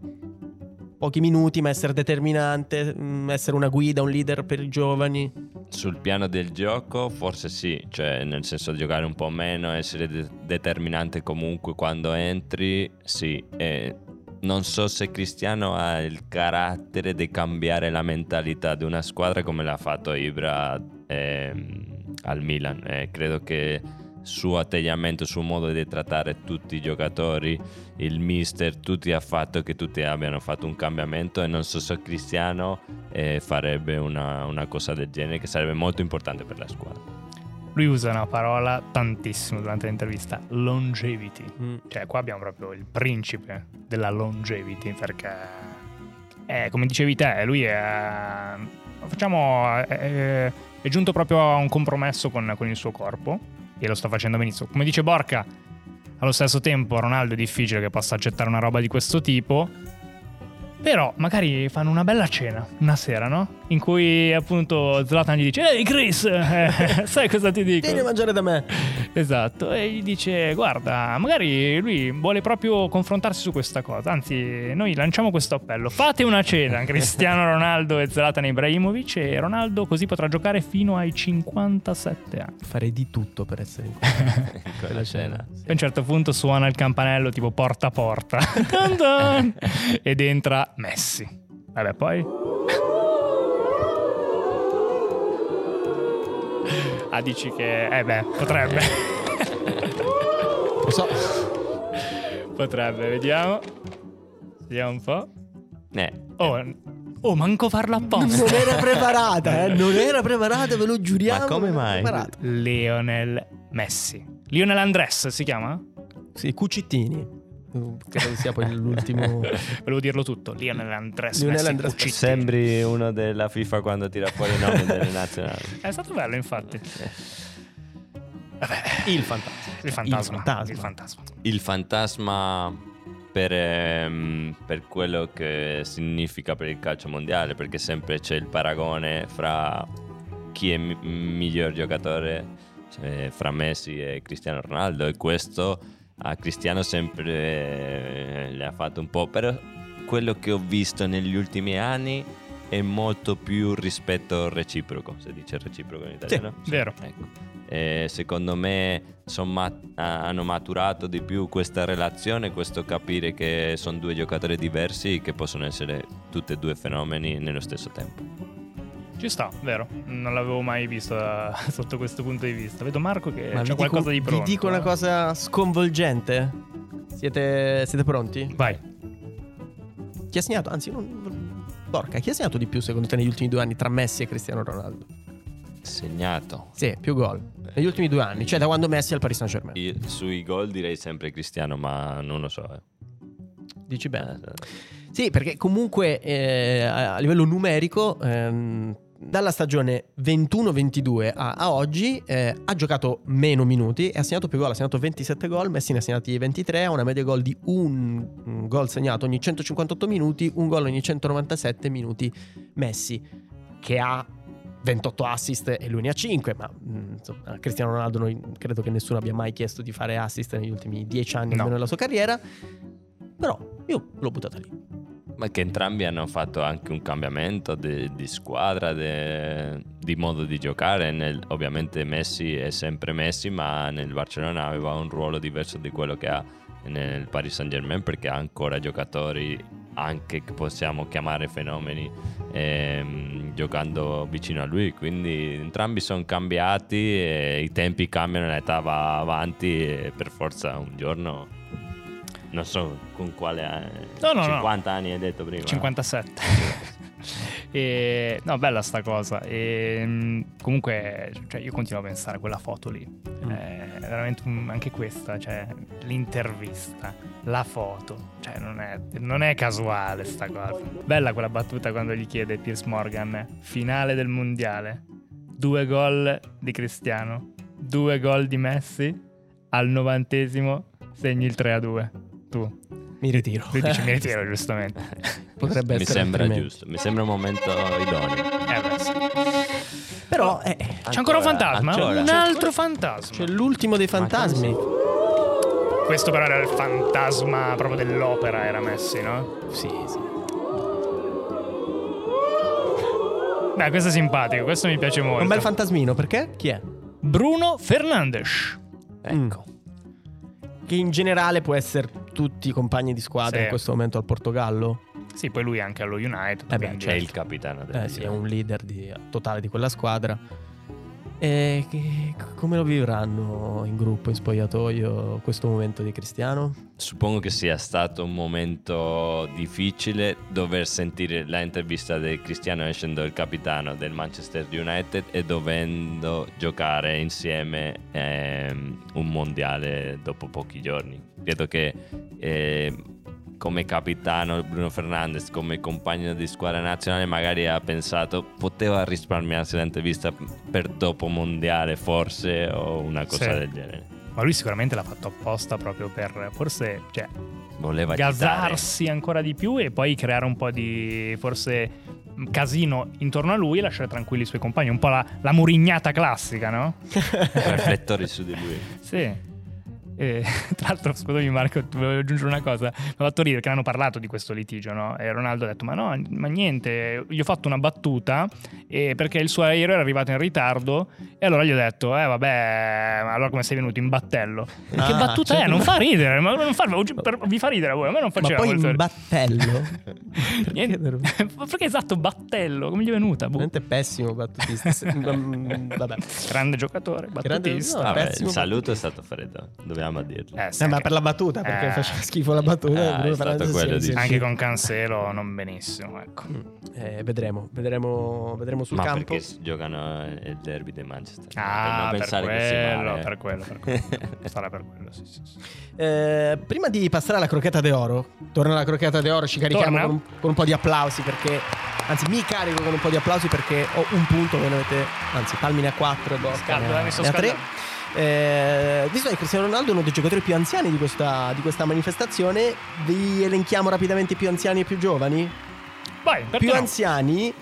pochi minuti ma essere determinante, mh, essere una guida, un leader per i giovani.
Sul piano del gioco forse sì, cioè nel senso giocare un po' meno, essere de- determinante comunque quando entri, sì. E non so se Cristiano ha il carattere di cambiare la mentalità di una squadra come l'ha fatto Ibra ehm, al Milan. Eh, credo che suo atteggiamento, suo modo di trattare tutti i giocatori, il mister, tutti ha fatto che tutti abbiano fatto un cambiamento e non so se Cristiano eh, farebbe una, una cosa del genere che sarebbe molto importante per la squadra.
Lui usa una parola tantissimo durante l'intervista, longevity.
mm.
Cioè, qua abbiamo proprio il principe della longevity, perché, eh, come dicevi te, lui è, eh, facciamo, è, è giunto proprio a un compromesso con, con il suo corpo e lo sta facendo benissimo. Come dice Borca, allo stesso tempo Ronaldo è difficile che possa accettare una roba di questo tipo, però magari fanno una bella cena una sera, no? In cui appunto Zlatan gli dice, ehi Chris, [laughs] eh, sai cosa ti dico?
Vieni a mangiare da me.
[laughs] Esatto, e gli dice: Guarda, magari lui vuole proprio confrontarsi su questa cosa. Anzi, noi lanciamo questo appello: fate una cena, Cristiano Ronaldo e Zlatan Ibrahimovic. E Ronaldo così potrà giocare fino ai 57 anni.
Farei di tutto per essere in [laughs]
Quella scena.
Poi A un certo punto suona il campanello tipo porta a porta [laughs] Dun dun! [laughs] ed entra Messi. Vabbè, poi. Ah, dici che. Eh beh, potrebbe.
Lo so.
Potrebbe, vediamo. Vediamo un po'.
Eh,
Oh, Oh, manco farlo apposta.
Non era preparata, eh? Non era preparata, ve lo giuriamo.
Ma come
non era
mai?
preparata.
Lionel Messi. Lionel Andres si chiama?
Sì, Cucittini. Eh, Credo sia poi [laughs] l'ultimo.
Volevo dirlo tutto. Lionel Andres
Lionel
Messi
Andres
Cuccitti.
Sembri uno della FIFA quando tira fuori i nomi delle nazionali.
È stato bello, infatti. Vabbè,
Il fantasma.
il fantasma.
Il fantasma.
Il fantasma.
Il fantasma per, ehm, per quello che significa per il calcio mondiale, perché sempre c'è il paragone fra chi è il miglior giocatore, cioè, fra Messi e Cristiano Ronaldo, e questo a Cristiano sempre eh, le ha fatto un po', però quello che ho visto negli ultimi anni è molto più rispetto reciproco, se dice reciproco in italiano.
Vero.
Eh.
Ecco. E secondo me son ma- ha- hanno maturato di più questa relazione, questo capire che sono due giocatori diversi che possono essere tutti e due fenomeni nello stesso tempo.
Ci sta, vero. Non l'avevo mai visto da- [laughs] sotto questo punto di vista. Vedo Marco che
Ma
Eh, c'è
vi
qualcosa
dico,
di pronto.
Vi dico una
eh.
cosa sconvolgente. Siete, siete pronti?
Vai.
Chi ha segnato? Anzi, non. Porca, chi ha segnato di più secondo te negli ultimi due anni tra Messi e Cristiano Ronaldo?
Segnato.
Sì, più gol. Negli ultimi due anni, cioè da quando Messi è al Paris Saint Germain.
Io sui gol direi sempre Cristiano, ma non lo so. eh.
Dici bene.
Eh,
Sì, perché comunque eh, a a livello numerico, ehm, dalla stagione 21-22 a, a oggi, eh, ha giocato meno minuti e ha segnato più gol. Ha segnato 27 gol, Messi ne ha segnati 23, ha una media gol di un, un gol segnato ogni 158 minuti, un gol ogni 197 minuti Messi, che ha 28 assist e lui ne ha 5, ma mh, insomma, a Cristiano Ronaldo noi- credo che nessuno abbia mai chiesto di fare assist negli ultimi 10 anni
No.
almeno della sua carriera. Però io l'ho buttata lì.
Ma che entrambi hanno fatto anche un cambiamento de- di squadra, de- di modo di giocare. Nel- ovviamente Messi è sempre Messi, ma nel Barcellona aveva un ruolo diverso di quello che ha nel Paris Saint Germain perché ha ancora giocatori anche che possiamo chiamare fenomeni ehm, giocando vicino a lui quindi entrambi sono cambiati e i tempi cambiano l'età va avanti e per forza un giorno non so con quale eh,
No, no, no.
50 anni hai detto prima
57. E- no, bella sta cosa. E, mm, comunque, cioè, io continuo a pensare a quella foto lì. È veramente un- anche questa, cioè, l'intervista, la foto. Cioè, non è, non è casuale sta cosa. Bella quella battuta quando gli chiede Piers Morgan, finale del mondiale. Due gol di Cristiano, due gol di Messi. Al novantesimo segni il 3 a 2. Tu.
Mi ritiro.
Lui dice
[laughs]
mi ritiro giustamente.
Potrebbe
mi
essere
sembra
altrimenti.
giusto mi sembra un momento idoneo
Eh, beh, sì.
Però eh,
C'è ancora un fantasma?
ancora.
Un altro fantasma.
c'è l'ultimo dei fantasmi.
Questo però era il fantasma proprio dell'opera, era Messi, no?
Sì, sì.
Beh, questo è simpatico, questo mi piace molto.
Un bel fantasmino, perché? Chi è?
Bruno Fernandes.
ecco
Mm. Che in generale può essere tutti i compagni di squadra
Sì.
in questo momento al Portogallo.
Sì, poi lui è anche allo United.
Eh beh,
quindi-
c'è il capitano del
Eh, sì, è un leader di- totale di quella squadra. E che- come lo vivranno in gruppo, in spogliatoio, questo momento di Cristiano?
Suppongo che sia stato un momento difficile dover sentire l'intervista di Cristiano essendo il capitano del Manchester United e dovendo giocare insieme ehm, un mondiale dopo pochi giorni. Credo che ehm, come capitano Bruno Fernandes, come compagno di squadra nazionale, magari ha pensato poteva risparmiarsi l'intervista per dopo mondiale forse o una cosa
Sì.
del genere.
Ma lui sicuramente l'ha fatto apposta proprio per forse cioè,
Voleva citare-
gasarsi ancora di più e poi creare un po' di forse casino intorno a lui e lasciare tranquilli i suoi compagni. Un po' la, la murignata classica, no?
[laughs] riflettori su di lui.
Sì. E, [laughs] tra l'altro, scusami Marco, ti volevo aggiungere una cosa. Mi ha fatto ridere che hanno parlato di questo litigio, no? E Ronaldo ha detto: Ma no, ma niente, gli ho fatto una battuta eh, perché il suo aereo era arrivato in ritardo. E allora gli ho detto: Eh, vabbè, ma allora come sei venuto in battello?
Ah,
che battuta
cioè-
è? Non fa ridere, ma non fa, per- vi fa ridere a voi, a me non
Ma
faceva
poi
molto
in
ridere.
battello.
[laughs] Niente.
veramente
perché esatto, battello? Come gli è venuta? Boh. [laughs]
pessimo battutista. Se- mm, Vabbè.
Grande giocatore,
Grande-
battutista.
no,
Vabbè,
pessimo
il saluto è stato freddo. Dobbiamo a dirlo.
Eh, sì,
Eh, ma
anche-
per la battuta, perché
Eh.
faceva schifo la battuta.
Ah,
e Bruno
è stato
Fernandes si
quello,
è- si è-
dici.
anche con Cancelo non benissimo, ecco.
Eh, vedremo, vedremo, vedremo sul
Ma
campo.
perché si giocano eh, il derby di Manchester?
Eh,
Ah, per,
pensare che sia
quello,
male, eh.
per quello,
[laughs]
[laughs]
per quello. Sarà per quello, sì, sì, sì.
Eh, prima di passare alla crocchetta d'oro, torna alla crocchetta d'oro, ci carichiamo
Torna?
con un, con un po' di applausi perché, anzi mi carico con un po' di applausi perché ho un punto, voi ne avete, anzi Palmine a 4 e Borca
Scaldo,
ne ha-
dai, mi sto
ne ha tre.
scaldando.
Eh, visto che Cristiano Ronaldo è uno dei giocatori più anziani di questa, di questa manifestazione, vi elenchiamo rapidamente i più anziani e i più giovani?
Vai, perché
più
no?
anziani.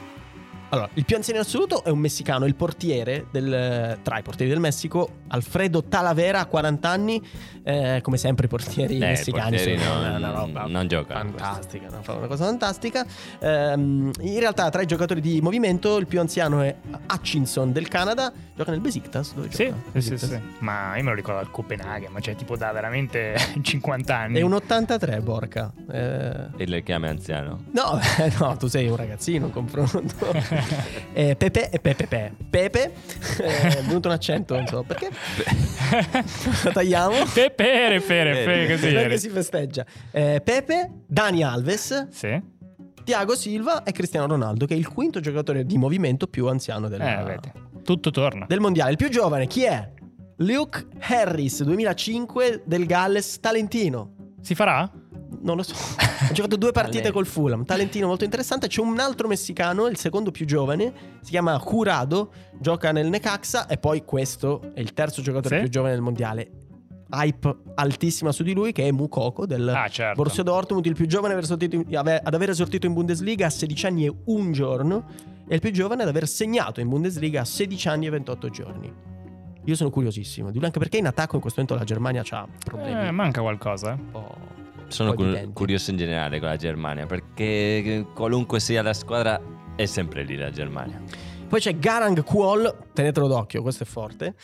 Allora, il più anziano in assoluto è un messicano, il portiere del, tra i portieri del Messico, Alfredo Talavera, a 40 anni. Eh, come sempre, i portieri
Eh, i
messicani
portieri
sono
non- non giocano
Fantastica, una, una cosa fantastica. Ehm, in realtà, tra i giocatori di movimento, il più anziano è Hutchinson del Canada. Gioca nel Besiktas. Dove
Sì,
gioca?
sì, sì,
Besiktas.
sì. Ma io me lo ricordo al Copenaghen, ma cioè tipo da veramente [laughs] 50 anni.
È un 83, Borca. Eh,
E le chiama anziano.
No, [laughs] no, tu sei un ragazzino
[laughs]
in confronto. Eh, Pepe e Pepe Pepe. Pepe, eh, [laughs] è venuto un accento, non so
[laughs]
perché. Lo tagliamo.
Te pere, pere, pere, così
Perché
eri.
si festeggia. Eh, Pepe, Dani Alves,
Sì? Eh,
Tiago Silva e Cristiano Ronaldo, che è il quinto giocatore di movimento più anziano della-
Eh, vedi. Tutto torna.
del mondiale. Il più giovane chi è? Luke Harris, 2005, del Galles, Talentino.
Si farà?
Non
[laughs]
lo so. Ha giocato due partite col Fulham. Talentino molto interessante. C'è un altro messicano, il secondo più giovane. Si chiama Curado. Gioca nel Necaxa. E poi questo è il terzo giocatore
Sì.
più giovane del mondiale. Hype altissima su di lui, che è Mukoko del
Ah, certo.
Borussia Dortmund. Il più giovane ad aver sortito in- ave- ad aver esortito in Bundesliga a 16 anni e un giorno. E il più giovane ad aver segnato in Bundesliga a 16 anni e 28 giorni. Io sono curiosissimo di lui, anche perché in attacco in questo momento la Germania ha problemi.
Eh, manca qualcosa. eh.
un po'-
Sono
un po' di
cu-
denti.
curioso in generale con la Germania, perché qualunque sia la squadra è sempre lì la Germania.
Poi c'è Garang Kuol, tenetelo d'occhio, questo è forte.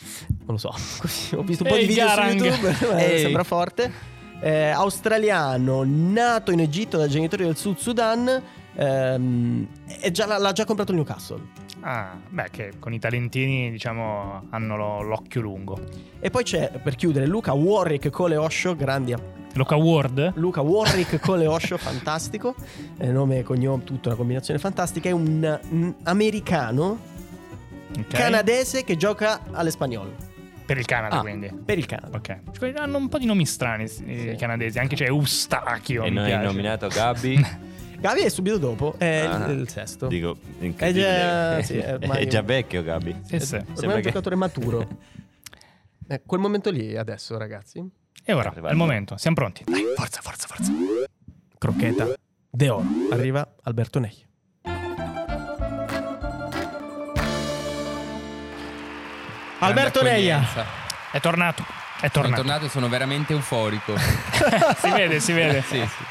Non lo so, [laughs] così, ho visto un po'
Ehi,
di video
Garang.
su YouTube, [laughs] eh,
Ehi.
sembra forte. Eh, australiano, nato in Egitto da genitori del Sud Sudan, ehm, e già, l'ha già comprato il Newcastle.
Ah, beh, che con i talentini, diciamo, hanno lo- l'occhio lungo.
E poi c'è, per chiudere, Luca Warwick Coleosho, grandi app-
Luca Ward?
Luca
[laughs]
Warwick Coleosho, fantastico, Eh, nome e cognome, tutta una combinazione fantastica, è un, un americano
Ok.
canadese che gioca all'Espagnol,
Per il Canada,
Ah.
quindi.
per il Canada.
Ok. Cioè, hanno un po' di nomi strani eh,
Sì.
i canadesi, anche c'è Eustachio.
e
mi
noi
piace.
nominato
[laughs]
Gabby,
Gavi è subito dopo, è il-
Ah.
il, sesto.
dico, incredibile.
È già- sì, è ormai-
[laughs] È già vecchio Gabby.
Eh Sì, sì.
Ormai è
Sembra
un
che-
giocatore maturo. Eh, quel momento lì è adesso, ragazzi.
E ora, è il momento, siamo pronti. Dai, forza, forza, forza.
Crocchetta de oro. Arriva Alberto Nei. Alberto Neia.
accoglienza.
È tornato. È
Sono
tornato. [laughs]
tornato e sono veramente euforico.
si vede, si vede.
sì, sì, sì.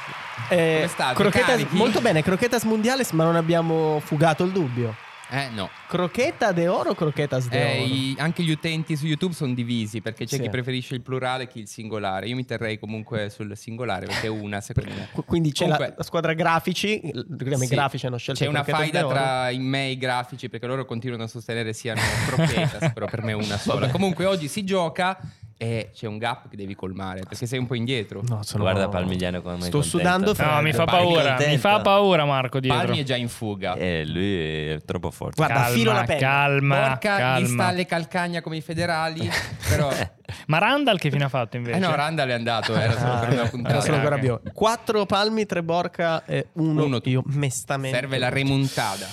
Eh,
Come state,
Crocchetta-
carichi?
molto bene, Croquetas Mundiales, ma non abbiamo fugato il dubbio.
Eh no.
Crocchetta de oro o Croquetas de
Eh,
oro?
i- anche gli utenti su YouTube sono divisi perché c'è
Sì.
chi preferisce il plurale e chi il singolare. Io mi terrei comunque sul singolare perché è una, secondo me.
Qu- Quindi c'è
Comunque-
la, la squadra grafici, il- i
Sì.
grafici hanno scelto
C'è una
Croquetas de
faida
oro.
tra i miei grafici perché loro continuano a
[laughs]
sostenere siano croquetas, però per me è una sola.
Vabbè.
Comunque oggi si gioca e c'è un gap che devi colmare perché sei un po' indietro.
No, sono-
Guarda Palmigliano come
Sto
è contento.
sudando
No, mi fa
Palmi
paura.
contenta.
Mi fa paura, Marco. Dietro.
Palmi è già in fuga.
Eh, lui è troppo forte.
Guarda,
calma,
filo la penna.
calma,
Porca gli sta
calma.
alle calcagna come i federali,
[laughs]
però...
Ma Randall che fine ha fatto invece?
Eh no, Randall è andato, era solo per una
Ah,
puntata.
era solo
ok.
Gabbio. Quattro palmi, tre borca e uno,
Uno tu.
io mestamente.
Serve la remontata.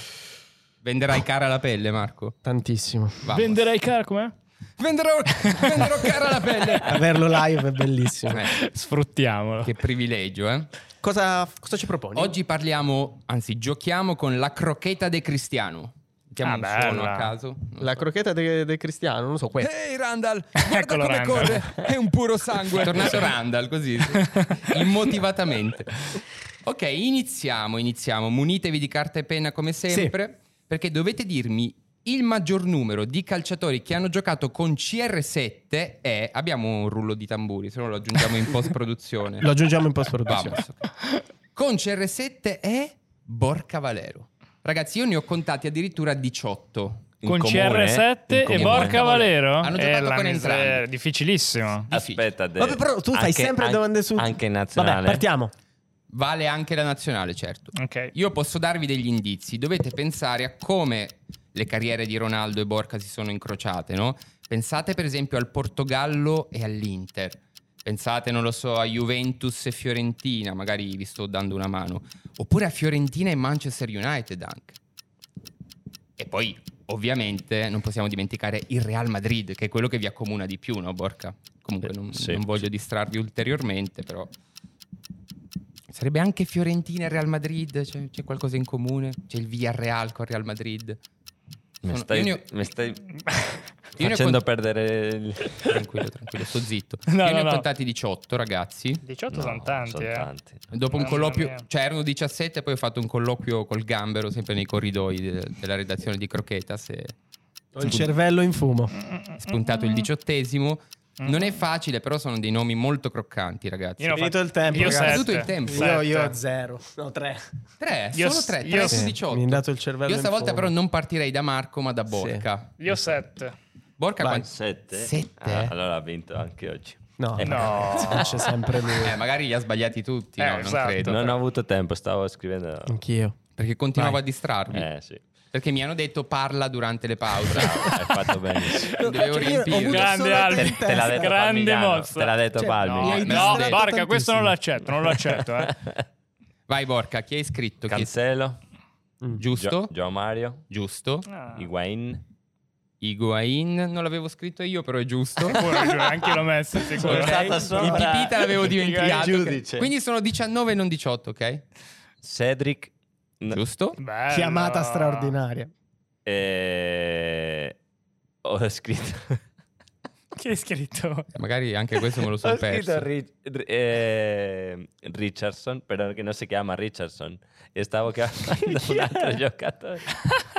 Venderai cara la pelle, Marco.
Tantissimo.
Vamos.
Venderai car com'è?
Venderò,
[laughs]
venderò cara
[laughs]
la pelle.
Averlo live è bellissimo.
Eh,
Sfruttiamolo.
che privilegio, eh.
Cosa, cosa ci proponi?
Oggi parliamo, anzi giochiamo con la crocheta de Cristiano. Mettiamo
Ah,
un suono
bella.
a caso.
la crochetta del Cristiano, non so, questo.
Ehi Randall,
[laughs] Eccolo Randall.
è un puro sangue. È tornato Randall così,
[laughs]
immotivatamente. Ok, iniziamo, iniziamo. Munitevi di carta e penna come sempre, perché dovete dirmi il maggior numero di calciatori che hanno giocato con CR7 è... Abbiamo un rullo di tamburi, se no lo aggiungiamo [laughs] in post-produzione.
Lo aggiungiamo in post-produzione.
Vamos. Con CR7 è Borca Valero. Ragazzi, io ne ho contati addirittura 18.
in
con
comune, in
CR7 e
comune.
Borca Valero.
Hanno giocato
Eh, la
con
miseria,
entrambi.
Difficilissimo.
Difficile.
Aspetta, De-
Vabbè, però tu fai
anche-
sempre
an-
domande su.
Anche nazionale.
Vabbè, partiamo.
Vale anche la nazionale, certo.
Ok.
Io posso darvi degli indizi. Dovete pensare a come le carriere di Ronaldo e Borca si sono incrociate, no? Pensate per esempio al Portogallo e all'Inter. Pensate, non lo so, a Juventus e Fiorentina, magari vi sto dando una mano. Oppure a Fiorentina e Manchester United anche. E poi, ovviamente, non possiamo dimenticare il Real Madrid, che è quello che vi accomuna di più, no, Borca? Comunque,
Eh,
non,
sì.
non voglio distrarvi ulteriormente, però... Sarebbe anche Fiorentina e Real Madrid, c'è, c'è qualcosa in comune? C'è il Villarreal con Real Madrid.
Mi
Sono-
stai,
io ne ho-
mi stai
Io ne ho
facendo
cont-
perdere il...
Tranquillo, tranquillo, sto zitto.
[laughs] No,
Io
no,
ne ho
no.
contati 18, ragazzi.
18
No,
sono tanti,
son
eh.
tanti.
Dopo un
Mamma
colloquio,
mia.
cioè erano 17, poi ho fatto un colloquio col gambero, sempre nei corridoi de- della redazione di Croquetas. E
Ho il cervello in fumo.
spuntato
Mm-hmm.
il diciottesimo. Non è facile, però sono dei nomi molto croccanti, ragazzi.
Io ne ho
Finito
fatti-
il tempo,
Io
ragazzi.
sette.
Tutto il tempo.
Io, io
Sette.
zero. No, tre.
Tre,
Io
solo
s-
tre,
io
tre
s-
su
Sì,
18.
Mi ha dato il cervello.
Io
in
stavolta
fumo.
però non partirei da Marco, ma da Borca.
Io 7.
Borca
Vai.
quanti-
Sette?
Sette?
Ah, allora ha vinto anche oggi.
No,
Eh,
No.
c'è sempre lui.
Eh, magari li ha sbagliati tutti,
Eh,
no, non
esatto.
credo.
Non ho avuto tempo, stavo scrivendo...
Anch'io.
Perché continuavo
Vai.
a distrarvi.
Eh sì,
Perché mi hanno detto parla durante le pause.
bravo, hai fatto
[laughs]
benissimo.
Mi Dovevo
Cioè, io ho
riempire.
avuto
Grande
solo te
Albi.
in
Te l'ha detto
Grande
Palmigano,
mossa.
Te l'ha detto
Cioè,
Palmi.
Mi hai
no,
distratto
Barca, questo
tantissimo.
non lo accetto, non lo accetto,
[laughs]
eh.
Vai Borca, chi hai scritto? Chi è-
Cancelo,
Mm.
Giusto?
Gio, Gio Mario,
Giusto.
Ah.
Higuain,
Higuain, non l'avevo scritto io, però
[laughs]
è giusto.
Sicuro, giuro, anche io l'ho
[laughs]
messo, sicuro.
Sono stato
Il pipita l'avevo dimenticato.
giudice.
Quindi sono 19 e non 18, ok?
Cedric, n-
Giusto?
Bello.
Chiamata straordinaria.
eh, ho scritto,
Chi hai scritto?
Magari anche [laughs] questo me
[laughs]
lo
ho
sono
scritto
perso.
Ri- r- eh, Richardson, però che non si chiama Richardson, e
[laughs]
stavo chiamando
Chi
un
era?
altro giocatore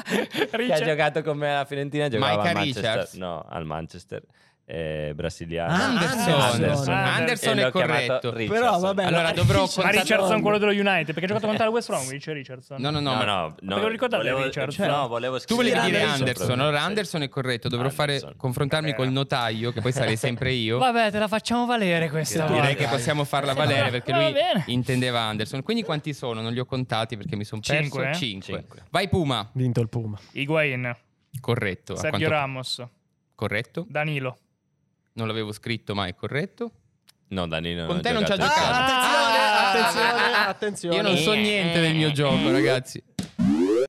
che ha
Richard-
giocato con me alla Fiorentina, giocava
Micah
a Manchester,
Richards.
no, al Manchester, eh, brasiliano.
Ah,
Anderson.
Anderson.
Anderson,
E l'ho
è
Eh, chiamato
corretto.
Richardson.
Però vabbè,
Allora,
la-
dovrò
Ma
contare-
Richardson, quello dello United, perché ha giocato contro la West Bromwich, Richardson.
No, no, no.
No,
ma-
no, no
Volevo ricordare
volevo- cioè,
Richardson.
No, volevo
Tu
scrivere
volevi dire
Anderson,
Anderson,
proprio.
allora
Sì.
Anderson è corretto, dovrò fare
Anderson. Eh.
confrontarmi
Vabbè.
col notaio, che poi sarei sempre io.
Vabbè, te la facciamo valere questa
Direi
volta.
che possiamo farla
Sì,
valere
va-
perché
va
lui
bene.
intendeva Anderson. Quindi quanti sono? Non li ho contati perché mi sono
Cinque,
perso.
eh?
5.
Cinque.
Vai Puma.
Vinto il Puma.
Higuain,
Corretto. a
Sergio
quanto-
Ramos,
Corretto.
Danilo.
Non l'avevo scritto, ma è corretto.
No, Danilo
Con
non
te
ha
non c'ha
giocato.
giocato.
Ah,
attenzione, attenzione, attenzione.
Io non
Eh.
so niente del mio gioco, ragazzi.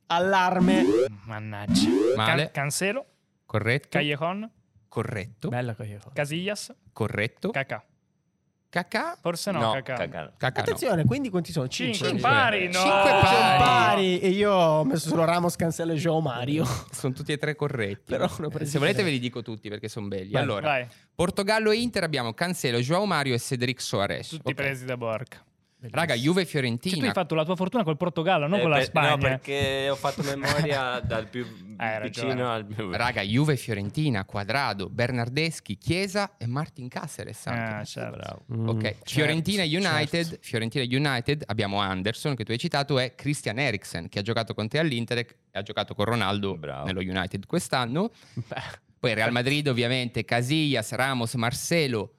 Allarme.
Mannaggia.
Male.
Can- Cancelo,
Corretto.
Callejon,
Corretto.
Bella che io faccio.
Casillas,
Corretto.
Cacà.
Cacà.
Forse Ah, no,
No,
Cacà.
cacà no.
Cacà. no.
Attenzione, quindi quanti sono? Cinque.
Cinque
Cinque.
pari, no.
Cinque pari.
Pari. E io ho messo solo Ramos, Cancelo e João Mario.
Sono tutti e tre corretti. Eh,
Però non ho preso
Se volete
tre.
ve li dico tutti perché sono belli.
Vai.
Allora,
Vai,
Portogallo e Inter abbiamo Cancelo, Joao Mario e Cedric Soares.
tutti
Ok.
presi da Borca.
Raga, Juve e
Cioè, tu hai
Fiorentina.
fatto la tua fortuna col Portogallo, non
Eh,
con la
per-
Spagna. Eh,
No, perché ho fatto memoria dal più
[laughs] Hai ragione.
vicino al più...
Raga, Juve e Fiorentina, Quadrado, Bernardeschi, Chiesa e Martin Caceres. anche.
Ah, certo.
Bravo.
Ok, Fiorentina
certo.
United, Fiorentina United, abbiamo Anderson che tu hai citato e Christian Eriksen che ha giocato con te all'Inter e ha giocato con Ronaldo
Bravo.
nello United quest'anno. Poi Real Madrid ovviamente, Casillas, Ramos, Marcelo,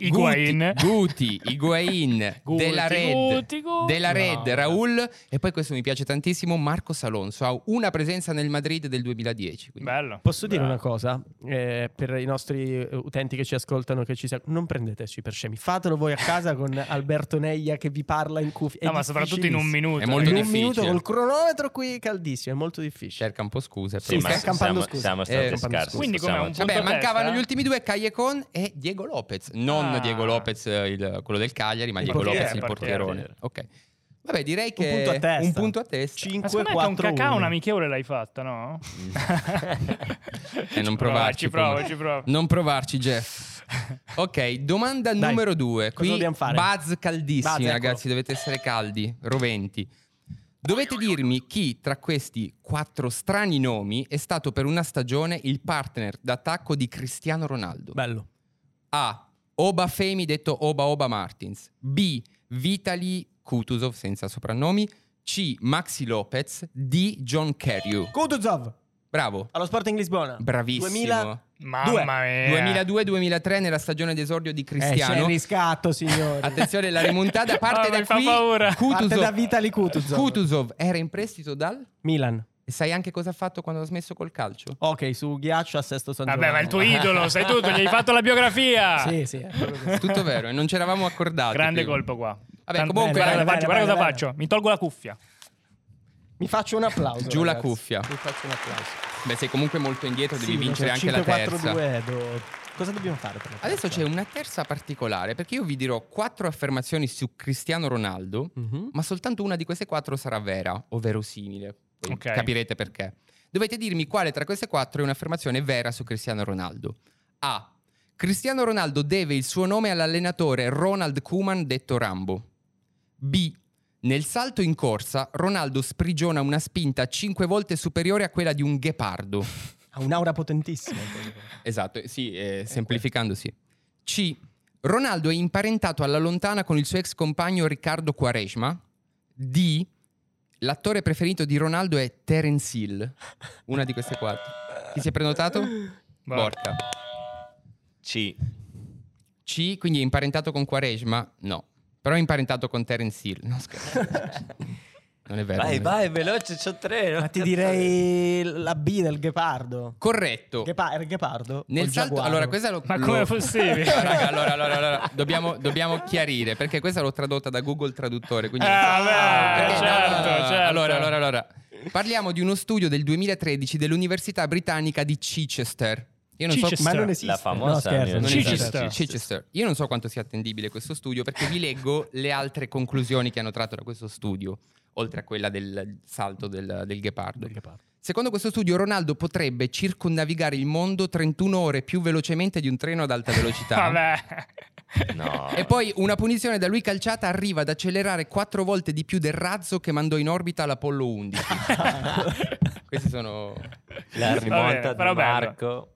Higuain.
Guti, Guti,
[laughs]
Higuain,
Guti,
Della Red,
Guti, Guti.
Della Red,
No.
Raul e poi questo mi piace tantissimo, Marcos Alonso, ha una presenza nel Madrid del 2010. quindi-
Bello.
Posso dire
Bravo.
una cosa Eh, per i nostri eh, utenti che ci ascoltano, che ci seguono? Non prendeteci per scemi, fatelo voi a casa con Alberto Neglia che vi parla in cuffia. È
No, ma soprattutto in un
difficilissimo.
minuto.
È molto
In un
difficile.
minuto col cronometro qui caldissimo, è molto difficile.
Cerca un po' scusa.
Sì,
però-
ma
stai accampando,
siamo,
scusa.
siamo stati
Eh,
scarsi.
Quindi com'è
siamo-
un punto
Vabbè,
testa,
mancavano
eh?
gli ultimi due, Callecon e Diego Lopez. Non
Ah.
Diego Lopez, eh, il- quello del Cagliari, ma
Il
Diego
portiere,
Lopez, il
portiere.
portierone. Ok. Vabbè, direi
Un
che
punto a testa.
un punto a testa.
Ma
5
secondo me
4
con Cacà un amichevole l'hai fatta, no?
Mm.
[laughs]
E
Ci
non
provo,
provarci,
Ci provo,
come-
ci provo.
Non provarci, Jeff. Ok, domanda
Dai,
numero due.
cosa
Qui
dobbiamo fare?
buzz caldissimi,
Buzz, ecco. eccolo.
ragazzi, dovete essere caldi, roventi. Dovete dirmi chi tra questi quattro strani nomi è stato per una stagione il partner d'attacco di Cristiano Ronaldo.
Bello.
A. Oba Femi, detto Oba Oba Martins. B. Vitali Kutuzov, senza soprannomi. C. Maxi Lopez. D. John Carew.
Kutuzov.
Bravo.
Allo Sporting Lisbona.
Bravissimo.
2000... Due.
Mamma mia.
2002-2003 nella stagione d'esordio di
Eh, c'è il
Cristiano.
riscatto, signori.
Attenzione, la
[laughs]
rimontata parte
Ah, mi
da
fa
qui.
paura.
Kutuzov.
Parte da Vitali Kutuzov.
Kutuzov era in prestito dal...
Milan.
E sai anche cosa ha fatto quando ha smesso col calcio?
Ok, su ghiaccio a sesto San
Vabbè, ma il tuo
Giovanni.
idolo, sei tu, tu gli hai fatto la biografia.
Ah. Sì, sì. è proprio così.
Tutto vero, e non ci eravamo accordati.
Grande
più.
colpo qua.
Ah, Vabbè,
Tanto-
comunque,
guarda,
bene,
cosa faccio,
bene,
guarda cosa
bene.
faccio. Mi tolgo la cuffia.
Mi faccio un applauso.
Giù la
ragazzi.
cuffia.
Mi faccio un applauso.
Beh, sei comunque molto indietro, devi
Sì, lo
vincere
so,
anche la
5-4-2,
terza.
do- Cosa dobbiamo fare per la terza?
Adesso c'è una terza particolare, perché io vi dirò quattro affermazioni su Cristiano Ronaldo,
Mm-hmm.
Mhm.
ma soltanto una di queste quattro sarà vera o verosimile. Poi
Ok.
Capirete perché. Dovete dirmi quale tra queste quattro è un'affermazione vera su Cristiano Ronaldo. A. Cristiano Ronaldo deve il suo nome all'allenatore Ronald Kuman, detto Rambo. B. Nel salto in corsa, Ronaldo sprigiona una spinta 5 volte superiore a quella di un ghepardo.
Ha un'aura potentissima.
[laughs] Esatto, sì, eh, semplificando sì. C. Ronaldo è imparentato alla lontana con il suo ex compagno Riccardo Quaresma. D. L'attore preferito di Ronaldo è Terence Hill. Una di queste quattro. Chi si è prenotato? Borca.
C.
C. Quindi è imparentato con Quaresma? No. Però è imparentato con Terence Hill. No, scherzo. Non è vero. non
Vai,
è vero.
vai, veloce, c'ho tre. no?
Ma ti direi la B del ghepardo.
Corretto.
Ghepa- era ghepardo? O
Nel
il
salto,
giaguaro?
allora, questa lo,
Ma
lo-
com'è possibile? [laughs]
[laughs] Raga, allora, allora, allora, dobbiamo, dobbiamo chiarire perché questa l'ho tradotta da Google Traduttore. Quindi Ah,
Eh, vabbè,
Perché-
certo, certo.
Allora, allora, allora. Parliamo di uno studio del 2013 dell'Università Britannica di Chichester. Io non so,
Chichester.
Ma non esiste.
La famosa
no, scherzo,
Unione
non
non
esiste.
Chichester.
esiste. Chichester. Io non so quanto sia attendibile questo studio perché vi leggo le altre conclusioni che hanno tratto da questo studio, oltre a quella del salto del, del ghepardo. Secondo questo studio Ronaldo potrebbe circonnavigare il mondo 31 ore più velocemente di un treno ad alta velocità.
[laughs] Vabbè. [laughs]
No.
E poi una punizione da lui calciata arriva ad accelerare quattro volte di più del razzo che mandò in orbita l'Apollo 11. Questi sono...
La
Va bene,
rimonta
però
di
bello. Eh,
Marco.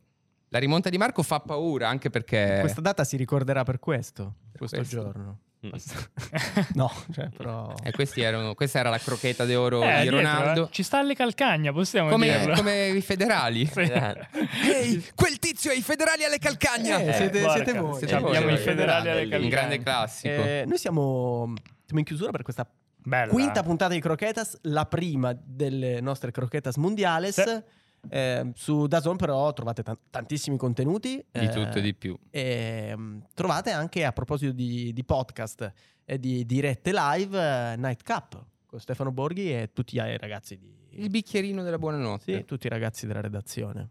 La rimonta di Marco fa paura anche perché...
Questa data si ricorderà per questo, per questo,
Eh. questo. [laughs]
giorno.
Mm.
No, cioè, però...
E questi erano- questa era la crochetta d'oro
Eh,
di
dietro,
Ronaldo.
eh. Ci sta alle calcagna, possiamo
Come,
dirlo.
come i federali.
[laughs] Sì.
Ehi, quel tizio ha i federali alle calcagna!
Eh,
Eh,
siete,
porca,
siete voi.
siete
Eh,
voi.
Abbiamo i
Sì,
federali alle
bellissimo.
calcagna.
Un grande classico.
eh, noi siamo, siamo in chiusura per questa
Bella.
quinta puntata di Croquetas, la prima delle nostre Croquetas Mondiales.
Sì.
Eh, su Dazon però trovate tan- tantissimi contenuti.
Di
eh,
tutto e di più.
E, mm, trovate anche a proposito di, di podcast e di dirette live eh, Night Cup con Stefano Borghi e tutti i ragazzi
Il
di
bicchierino della buonanotte.
sì, tutti i ragazzi della redazione.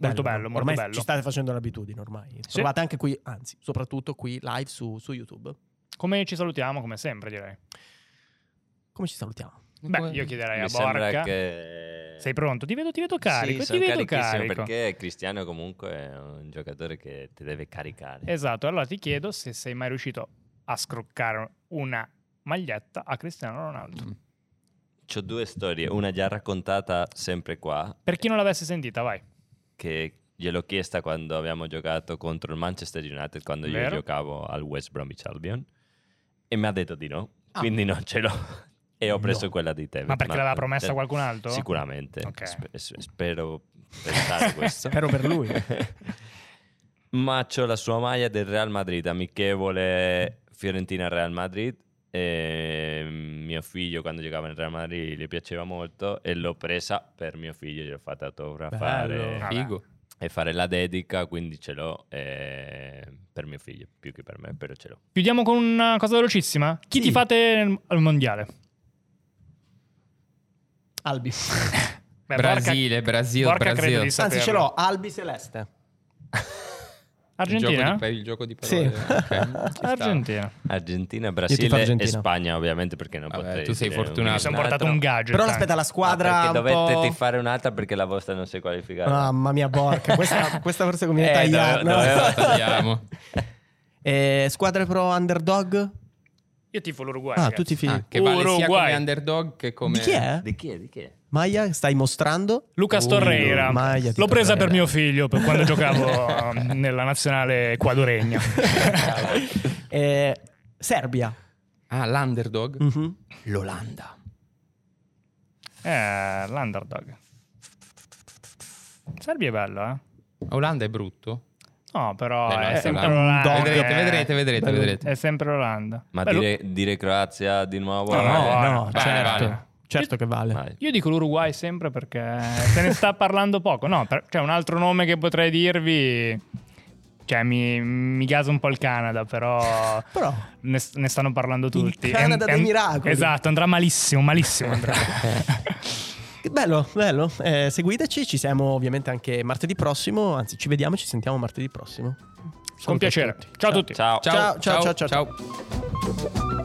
Molto bello, molto
ormai
bello.
Ci state facendo l'abitudine ormai.
Sì.
Trovate anche qui, anzi, soprattutto qui live su, su YouTube.
Come ci salutiamo, come sempre, direi.
Come ci salutiamo?
Beh, io chiederei
Mi
a
sembra
Borca.
che...
Sei pronto? Ti vedo, ti vedo carico,
sì, sono
ti vedo
carichissimo,
carico.
Perché Cristiano comunque è un giocatore che ti deve caricare.
Esatto, allora ti chiedo se sei mai riuscito a scroccare una maglietta a Cristiano Ronaldo.
Mm. C'ho due storie, una già raccontata sempre qua,
Per chi non l'avesse sentita, vai.
che gliel'ho chiesta quando abbiamo giocato contro il Manchester United, quando
Vero.
io giocavo al West Bromwich Albion, e mi ha detto di no, quindi non ce l'ho. E ho preso quella di te.
Ah. Ma perché l'aveva promessa
eh,
qualcun altro?
Sicuramente.
Ok.
Spe- s- spero
[laughs]
pensare questo.
Spero per lui.
[laughs] Ma c'ho la sua maglia del Real Madrid, amichevole Fiorentina-Real Madrid. E mio figlio quando giocava nel Real Madrid gli piaceva molto e l'ho presa per mio figlio, gliel'ho fatta
Bello.
Ah,
autografare
Figo.
e fare la dedica, quindi ce l'ho eh, per mio figlio, più che per me, però ce l'ho.
Chiudiamo con una cosa velocissima. Chi
Sì.
ti fate nel- al mondiale?
Albi.
Beh,
Brasile, Brasile,
Borca credo
Brasile.
di saperlo.
anzi, ce l'ho, Albi Celeste.
Il gioco di,
Argentina?
per il gioco di
Sì.
parole. ok. Ci sta.
Argentina.
Ah, Argentina,
tifo
Brasile e
Argentina.
Spagna ovviamente perché non
Vabbè,
potrei
tu sei
dire
fortunato.
Mi
un
sono
altro.
portato un gadget.
Però aspetta, la
Ma
squadra...
perché
un
dovete
po'- Ah.
fare un'altra perché la vostra non si è qualificata.
Mamma mia, porca. Questa, questa forse conviene
Eh,
tagliare.
dove-
no?
dove-
Allora, tagliamo.
[laughs] Eh, squadre pro underdog?
Io tifo l'Uruguay.
Ah,
ragazzi.
tu ti fidi.
Ah, che vale sia
Uruguay.
come underdog che come...
Di chi è?
Di chi è? Di chi è?
Maia, stai mostrando?
Lucas
Uh,
Torreira.
Maia di
L'ho presa
Torreira.
per mio figlio per quando giocavo eh, nella nazionale ecuadoregna.
[laughs] Eh, Serbia.
Ah, l'underdog?
Mhm.
L'Olanda.
eh, l'underdog. Serbia è bello, eh?
Olanda è brutto.
No, però
Beh, no,
è
è
sempre
Olanda.
l'Olanda.
Vedrete,
eh.
vedrete, vedrete,
Bello.
vedrete.
È sempre l'Olanda.
Ma
Bello.
dire, dire Croazia di nuovo?
No,
eh,
no,
no,
vale,
certo,
vale.
certo che vale.
vai.
Io dico l'Uruguay sempre perché se ne sta parlando poco. No, per- cioè un altro nome che potrei dirvi. Cioè, mi, mi gasa un po' il Canada, però
Però
ne, ne stanno parlando tutti. È-
Canada
è-
dei miracoli.
Esatto, andrà malissimo, malissimo
[laughs]
andrà.
bello, bello. Eh, seguiteci, ci siamo ovviamente anche martedì prossimo, anzi ci vediamo e ci sentiamo martedì prossimo. Saluto
Con
a
piacere.
tutti.
Ciao a tutti.
Ciao.
Ciao, ciao, ciao, ciao.
ciao.